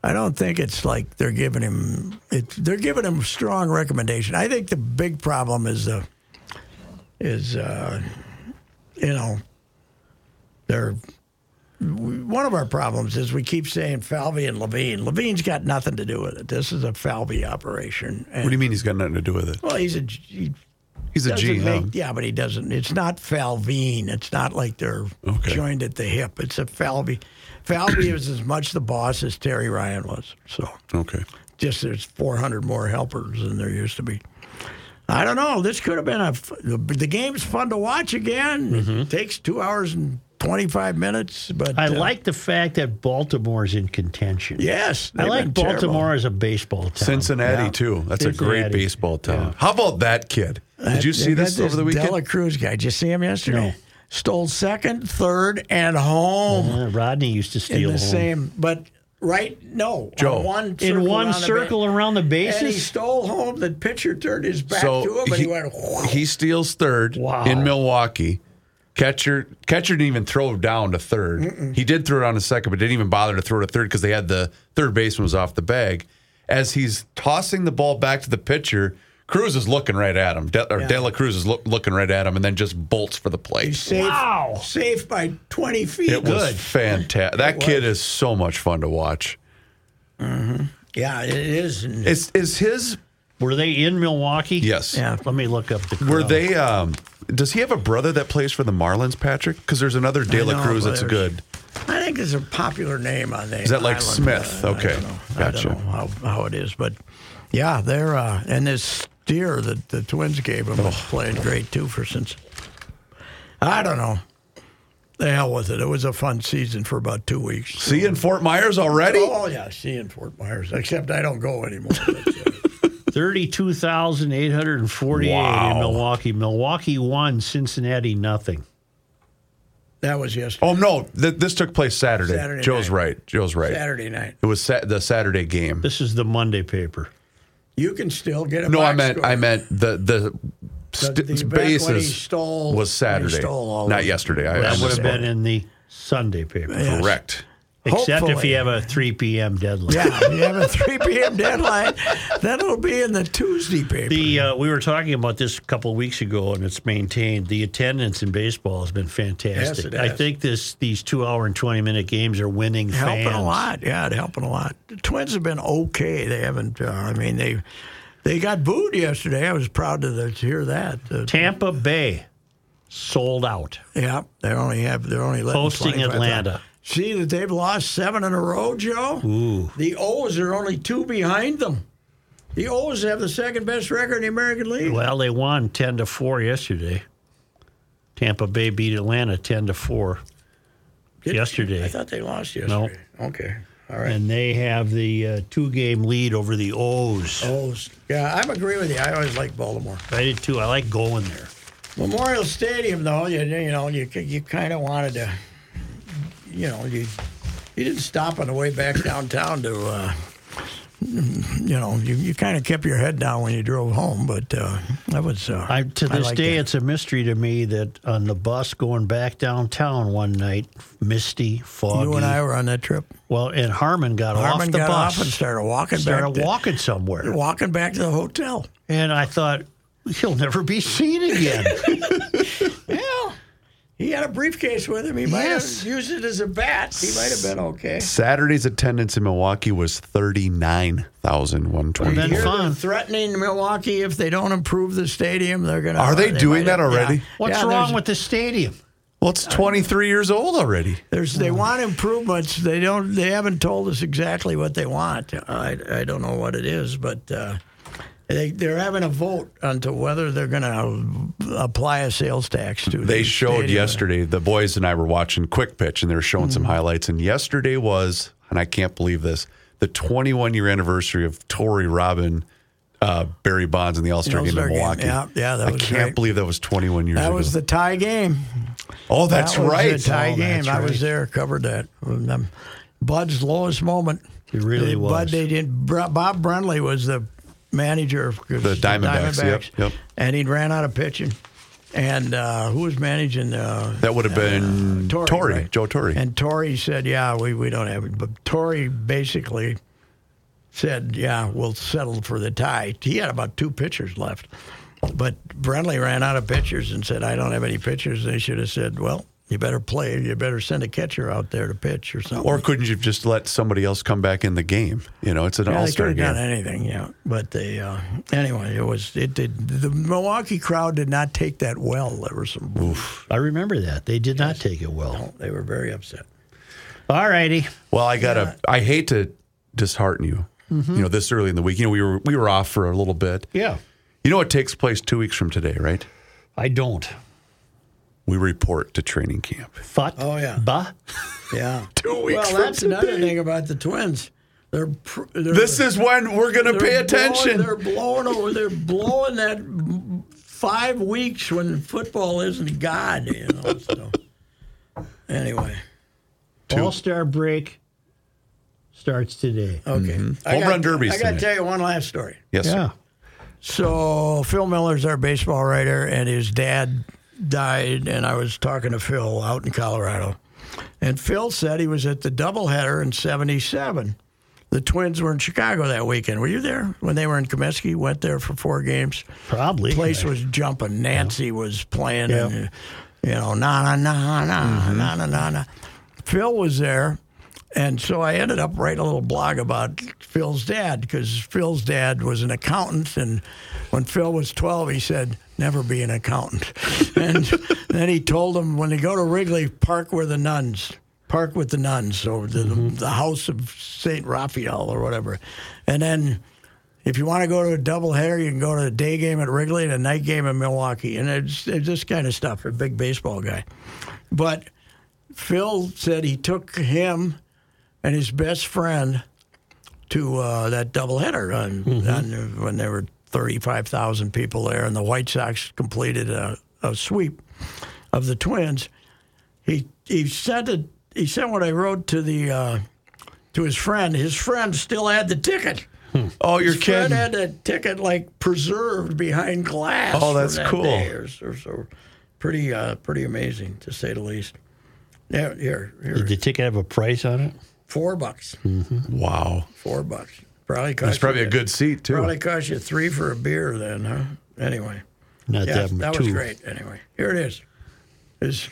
I don't think it's like they're giving him. It, they're giving him strong recommendation. I think the big problem is the, is, uh, you know, they're. we- One of our problems is we keep saying Falvey and Levine. Levine's got nothing to do with it. This is a Falvey operation. And,
What do you mean he's got nothing to do with it?
well, he's a he
He's a
doesn't
GM.
make- yeah, but he doesn't. It's not Falvine. It's not like they're
Okay.
joined at the hip. It's a Falvey. Falvey is as much the boss as Terry Ryan was. So
Okay.
just there's 400 more helpers than there used to be. I don't know. This could have been a. f- The, the game's fun to watch again.
Mm-hmm.
It takes two hours and 25 minutes. But
I
uh,
like the fact that Baltimore's in contention.
Yes,
I
they've
like
been terrible.
Baltimore as a baseball town.
Cincinnati, too. That's a
Cincinnati.
great baseball town. How about that kid? Did you see
They got
this over the weekend?
Dela Cruz guy. Did you see him yesterday? Stole second, third, and
Mm-hmm.
home.
Uh, Rodney used to
in
steal
the
home.
same, but right, no,
Joe.
on one circle
in one
around the
circle
ba-
around the
and he
bases.
stole home. The pitcher turned his back to him, and he, went. whoosh.
he steals third
Wow.
in Milwaukee. Catcher catcher didn't even throw down to 3rd He did throw down to second, but didn't even bother to throw to third because they had the third baseman was off the bag. As he's tossing the ball back to the pitcher, Cruz is looking right at him. De, or De La Cruz is loo- looking right at him, and then just bolts for the plate.
He's safe,
Wow.
safe by twenty feet.
It was fantastic. That kid is so much fun to watch.
yeah, it is. And
Is is his?
Were they in Milwaukee?
Yes.
Yeah.
Let me look up the. Crowd.
Were they? Um, does he have a brother that plays for the Marlins, Patrick? Because there's another De La
know,
Cruz
but
that's
there's-
good.
I think it's a popular name on the.
Is that like
island.
Smith?
Uh,
Okay.
I don't know,
Gotcha.
I don't know how, how it is, but yeah, they're uh, and this steer that the Twins gave him was playing great too for since. I don't know. The hell with it. It was a fun season for about two weeks.
See you in Fort Myers already?
Oh yeah, she in Fort Myers. Except I don't go anymore.
Thirty-two thousand eight hundred and forty-eight in
Wow.
Milwaukee. Milwaukee won. Cincinnati nothing.
that was yesterday,
Oh no, th- this took place Saturday.
Saturday
Joe's
night.
right. Joe's right.
Saturday night.
It was sat- the Saturday game.
This is the Monday paper.
You can still get a
No, I
box
meant
score.
I meant the the, st-
the event when he
bases
stole-
was
when he
Saturday,
stole all
not
of-
yesterday. I,
That
I
would have
misspoke.
been in the Sunday paper.
correct.
Except if
Hopefully.
you have a three p.m. deadline.
Yeah, we have a 3 p.m. deadline. That'll be in the Tuesday paper.
The uh, we were talking about this a couple of weeks ago, and it's maintained. The attendance in baseball has been fantastic.
Yes, it
I
has.
think this these two hour and twenty minute games are winning
helping
fans.
a lot. Yeah, it's helping a lot. The Twins have been okay. They haven't. Uh, I mean, they they got booed yesterday. I was proud to, to hear that. Uh,
Tampa Bay sold out,
yeah, they only have. They're only letting
hosting
25,000.
Atlanta.
See that they've lost seven in a row, Joe.
Ooh,
The O's are only two behind them. The O's have the second best record in the American League.
well, they won ten to four yesterday. Tampa Bay beat Atlanta ten to four
Did-
yesterday.
I thought they lost yesterday. Okay. All right.
and they have the uh, two game lead over the O's.
O's. Yeah, I'm agree with you. I always like Baltimore.
I did too. I like going there.
Memorial Stadium, though, you, you know, you you kind of wanted to, you know, you you didn't stop on the way back downtown to, uh, you know, you, you kind of kept your head down when you drove home, but uh, that was. Uh,
I, to this
like
day,
that.
it's a mystery to me that on the bus going back downtown one night, misty, foggy.
you and I were on that trip.
well, and Harmon got
Harmon
off the
got
bus
off and started walking back.
started
to-
walking somewhere,
walking back to the hotel.
and I thought he'll never be seen again.
Well, he had a briefcase with him. He might
Yes.
have used it as a bat. He might have been okay.
Saturday's attendance in Milwaukee was thirty nine thousand one twenty.
Well, then-
They're
Fun.
threatening Milwaukee if they don't improve the stadium. They're gonna.
Are they doing that already?
Yeah.
What's
Yeah,
wrong
there's-
with the stadium?
Well, it's twenty three years old already.
There's,
Oh.
they want improvements. They don't. They haven't told us exactly what they want. I, I don't know what it is, but uh, they they're having a vote onto whether they're going to apply a sales tax to.
They
the
showed
stadium.
yesterday. The boys and I were watching Quick Pitch, and they were showing some
Mm-hmm.
highlights. And yesterday was, and I can't believe this, the 21 year anniversary of Tory Robin uh, Barry Bonds in the All Star game
All-Star
in
game,
Milwaukee.
yeah, yeah, that
I
was
can't
great.
believe that was 21 years
That
ago.
was the tie game.
oh, that's
that was
right.
The tie
Oh,
game.
that's
I was
right.
there, covered that. And, um, Bud's lowest moment.
It really
They- Bud,
was.
they didn't. Br- Bob Brundley was the manager of
The Diamondbacks, yep, yep.
And he ran out of pitching. And uh, who was managing? Uh,
That would have been
Torrey,
Torrey,
right?
Joe Torrey.
And Tory said, "Yeah, we, we don't have it." But Tory basically said, "Yeah, we'll settle for the tie." He had about two pitchers left, but Brentley ran out of pitchers and said, "I don't have any pitchers." They should have said, "Well, you better play. You better send a catcher out there to pitch or something."
or couldn't you have just let somebody else come back in the game? You know, it's an
Yeah,
All
they could
Star
have
game.
done anything, yeah. But they, uh, anyway, it was it did. The Milwaukee crowd did not take that well. There were some.
I remember that. They did not take it well.
They were very upset.
All righty.
Well, I gotta. I hate to dishearten you.
Mm-hmm.
You know, this early in the week. You know, we were we were off for a little bit.
Yeah.
You know what takes place two weeks from today, right?
I don't.
We report to training camp.
Fut.
Oh, yeah.
Ba.
Yeah.
Two weeks
Well,
from
that's another
today.
thing about the twins. They're, pr- they're
This is when we're gonna
they're
pay
blowing-
attention.
they're blowing over. They're blowing that m- five weeks when football isn't God. You know. So anyway,
All star break starts today.
okay. I
Mm-hmm. Home
got-
run derbies
I got to
tonight.
tell you one last story.
yes, sir.
yeah.
So Phil Miller's our baseball writer, and his dad died. And I was talking to Phil out in Colorado, and Phil said he was at the doubleheader in '77. The Twins were in Chicago that weekend. Were you there when they were in Comiskey? Went there for four games.
Probably.
Place was jumping. Nancy was playing,
Yeah. Mm-hmm.
and you know, na na na na na na na na. Phil was there, and so I ended up writing a little blog about Phil's dad because Phil's dad was an accountant, and when Phil was twelve, he said. Never be an accountant. And then he told him when they go to Wrigley, park where the nuns, park with the nuns, or the,
Mm-hmm.
the house of St. Raphael or whatever. And then if you want to go to a doubleheader, you can go to a day game at Wrigley and a night game in Milwaukee. And it's, it's this kind of stuff. A big baseball guy. But Phil said he took him and his best friend to uh, that doubleheader on, on, when there were 35,000 people there and the White Sox completed a, a sweep of the Twins. He, he, sent it, he sent what I wrote to, the, uh, to his friend. His friend still had the ticket.
Oh, you're
His friend
kidding.
had a ticket like preserved behind glass.
Oh,
for
that's
that
cool.
day Or, so- so pretty, uh, pretty amazing to say the least. Yeah, here,
Did
here,
the ticket have a price on it?
four bucks,
Wow,
four bucks. Probably cost
that's probably
you,
a good seat too.
Probably cost you three for a beer then, huh? Anyway,
Not
yeah,
that,
that
two.
was great. Anyway, here it is. Is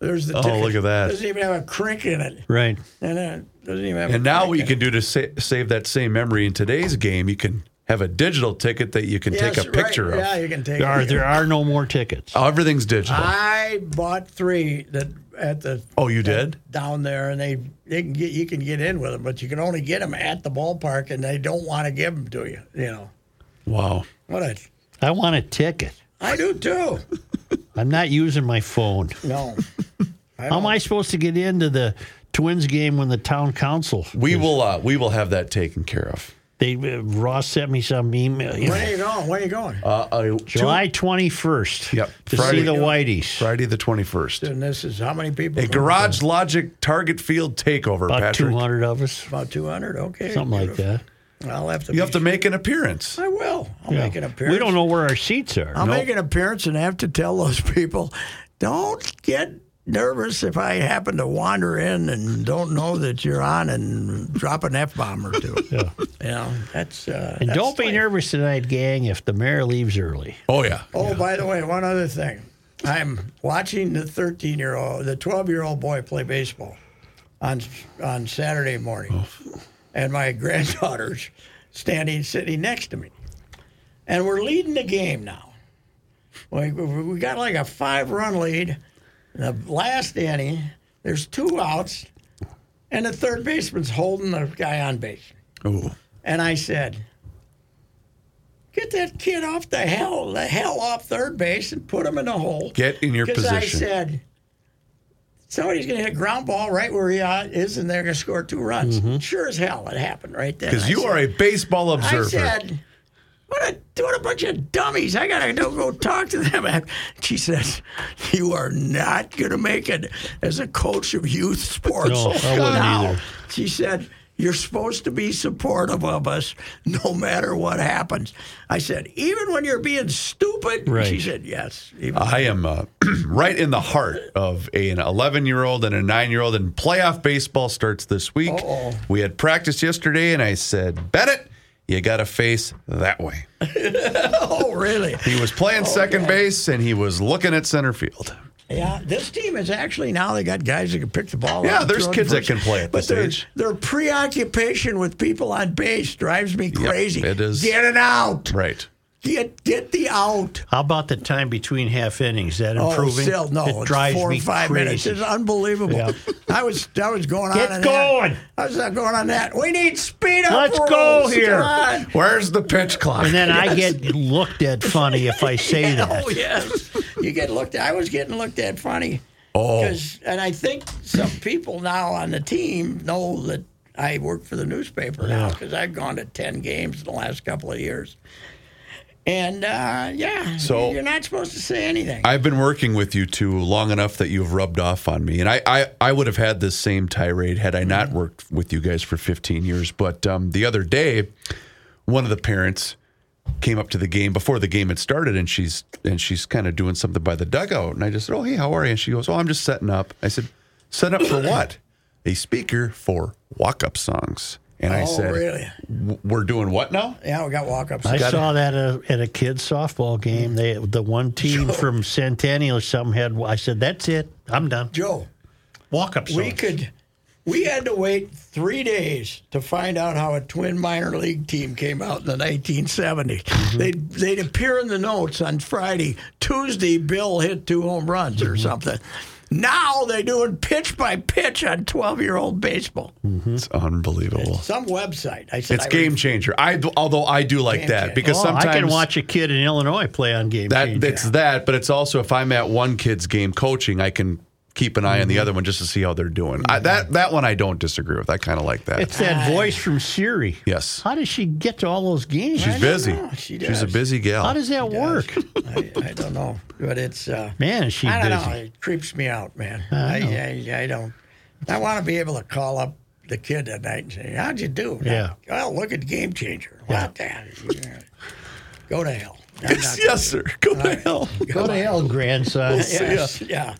there's the
Oh,
ticket.
look at that.
Doesn't even have a crick in it,
Right.
and it doesn't even have. a
And now
crick
what you
in
can do to sa- save that same memory in today's game, you can have a digital ticket that you can
it.
take
Yes,
a picture
right.
of.
Yeah, you can take.
There are
it.
there are no more tickets.
Oh, everything's digital.
I bought three that at the
oh, you did?
down there, and they they can get you can get in with them, but you can only get them at the ballpark, and they don't want to give them to you. You know
Wow.
what? A,
I want a ticket.
I do too.
I'm not using my phone.
No,
How am I supposed to get into the Twins game when the town council?
We will uh, we will have that taken care of.
They uh, Ross sent me some email. you know,
where are you going? Where are you going?
Uh, uh,
July 21st.
Yep,
To
Friday.
see the Whiteys.
Friday the 21st.
and this is how many people?
A Garage Logic Target Field takeover,
About
Patrick.
200 of us,
About two hundred. Okay,
something like that.
that. I'll have to.
You
be-
have to make an appearance.
I will. I'll
Yeah.
make an appearance.
We don't know where our seats are.
I'll
No.
make an appearance and have to tell those people, don't get nervous if I happen to wander in and don't know that you're on and drop an F bomb or two. yeah. You know, that's. Uh,
and
that's
don't be
life.
nervous tonight, gang, if the mayor leaves early.
Oh, yeah.
Oh, by the way, one other thing. I'm watching the 13 year old, the 12 year old boy play baseball on on Saturday morning, and my granddaughter's standing sitting next to me, and we're leading the game now. We, we we got like a five run lead. The last inning, there's two outs, and the third baseman's holding the guy on base.
Ooh.
And I said, "Get that kid off the hell, the hell off third base, and put him in the hole."
Get in your
Because I
position.
said, "Somebody's going to hit a ground ball right where he uh, is, and they're going to score two runs." Sure as hell, it happened right then.
Mm-hmm. Because
I
you
said-
are a baseball
I
observer.
said, What a, what a bunch of dummies. I got to go talk to them. She says, You are not going to make it as a coach of youth sports.
No, I wouldn't
Now,
either.
She said, You're supposed to be supportive of us no matter what happens. I said, Even when you're being stupid? She
Right.
said, Yes. Even-
I am uh, right in the heart of an 11 year old and a nine year old, and playoff baseball starts this week. We had practice yesterday, and I said, Bennett, you got to face that way.
oh, really?
He was
Oh,
playing second base, and he was looking at center field.
Yeah, this team is actually now they got guys that can pick the ball.
Yeah,
up and
there's
throw it
kids that
first.
can play at
but
this
their,
age.
Their preoccupation with people on base drives me crazy.
it is.
Get it out.
Right.
Get get the out.
How about the time between half innings? Is that improving?
Oh, still no.
It
it's
drives
four or
me
five
crazy.
minutes. It's unbelievable.
Yeah.
I was I was going
Get
on. and
going.
I was not going on that. We need speed up.
Let's go
rules.
here.
Come on.
Where's the pitch clock?
And then I get looked at funny if I say that.
Oh yes, you get looked at. I was getting looked at funny.
Oh.
'Cause- and I think some people now on the team know that I work for the newspaper now because I've gone to ten games in the last couple of years. And uh, yeah,
So-
you're not supposed to say anything.
I've been working with you two long enough that you've rubbed off on me, and I, I, I would have had this same tirade had I not worked with you guys for 15 years. But um, the other day, one of the parents came up to the game before the game had started, and she's and she's kind of doing something by the dugout, and I just said, "Oh, hey, how are you?" And she goes, "Oh, I'm just setting up." I said, "Set up for what?" A speaker for walk-up songs, and I
Oh,
said,
really?
"W- "We're doing what now?"
yeah, we got walk-ups.
I saw that uh, at a, at a kids softball game. They the one team from Centennial or something had. I said, "That's it. I'm done."
Joe,
Walk up.
we could. We had to wait three days to find out how a twin minor league team came out in the 1970s.
Mm-hmm.
They'd, they'd appear in the notes on Friday. Tuesday, Bill hit two home runs
Mm-hmm.
or something. Now they're doing pitch by pitch on 12 year old baseball.
It's unbelievable.
Some website. I said,
It's
I
game
was-
changer. I although I do like
Game changer.
that because
Oh,
sometimes
I can watch a kid in Illinois play on game.
that
Changer.
it's that, but it's also if I'm at one kid's game coaching, I can keep an eye
Mm-hmm.
on the other one just to see how they're doing. I, that that one I don't disagree with. I kind of like that.
It's that voice from Siri.
Yes.
How does she get to all those games?
She's busy.
know. She
She's a
does.
busy gal.
How does that work?
I, I don't know, but it's. Uh,
Man, is she
I don't
busy.
know. It creeps me out, man. I, I, I, don't. I want to be able to call up the kid at night and say, "How'd you do?"
Yeah.
Well, look at Game Changer. What the? Yeah. Go to hell. I'm not-
yes, sir. Go to hell.
Go to hell, grandson.
Yes, yeah.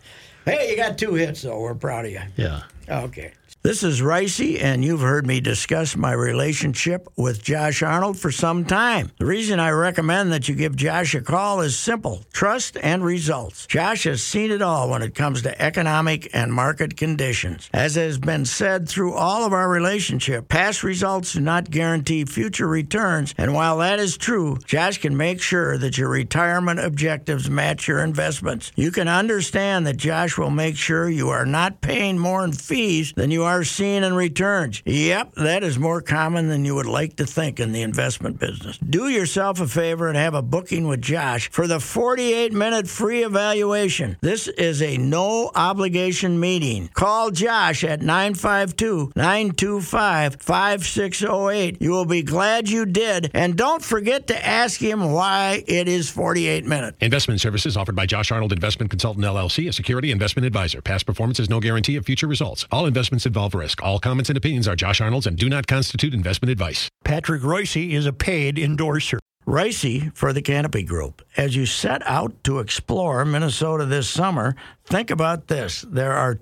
Hey, you got two hits, though. We're proud of you.
Yeah.
Okay. This is Ricey, and you've heard me discuss my relationship with Josh Arnold for some time. The reason I recommend that you give Josh a call is simple trust and results. Josh has seen it all when it comes to economic and market conditions. As has been said through all of our relationship, past results do not guarantee future returns, and while that is true, Josh can make sure that your retirement objectives match your investments. You can understand that Josh will make sure you are not paying more in fees than you are seeing in returns. Yep, that is more common than you would like to think in the investment business. Do yourself a favor and have a booking with Josh for the 48 minute free evaluation. This is a no obligation meeting. Call Josh at 952 925 5608. You will be glad you did. And don't forget to ask him why it is 48 minutes.
Investment services offered by Josh Arnold Investment Consultant LLC, a security investment advisor. Past performance is no guarantee of future results. All investments involve risk. All comments and opinions are Josh Arnold's and do not constitute investment advice.
Patrick Royce is a paid endorser.
Ricey for the Canopy Group. As you set out to explore Minnesota this summer, think about this. There are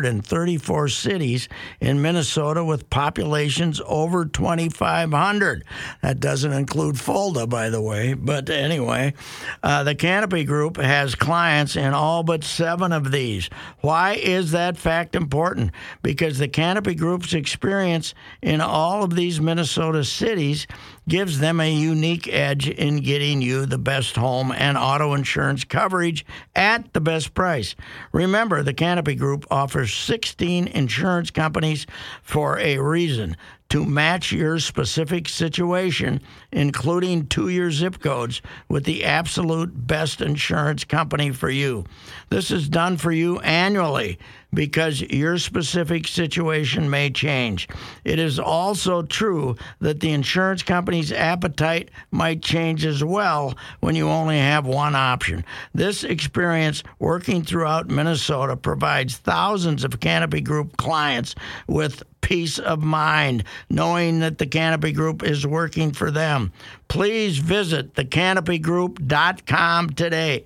234 cities in Minnesota with populations over 2,500. That doesn't include Fulda, by the way, but anyway. Uh, the Canopy Group has clients in all but seven of these. Why is that fact important? Because the Canopy Group's experience in all of these Minnesota cities gives them a unique edge in getting you the best home and auto insurance coverage at the best price. Remember, the Canopy Group offers 16 insurance companies for a reason. to match your specific situation, including two year zip codes, with the absolute best insurance company for you. This is done for you annually because your specific situation may change. It is also true that the insurance company's appetite might change as well when you only have one option. This experience working throughout Minnesota provides thousands of Canopy Group clients with peace of mind knowing that the Canopy Group is working for them. Please visit thecanopygroup.com today.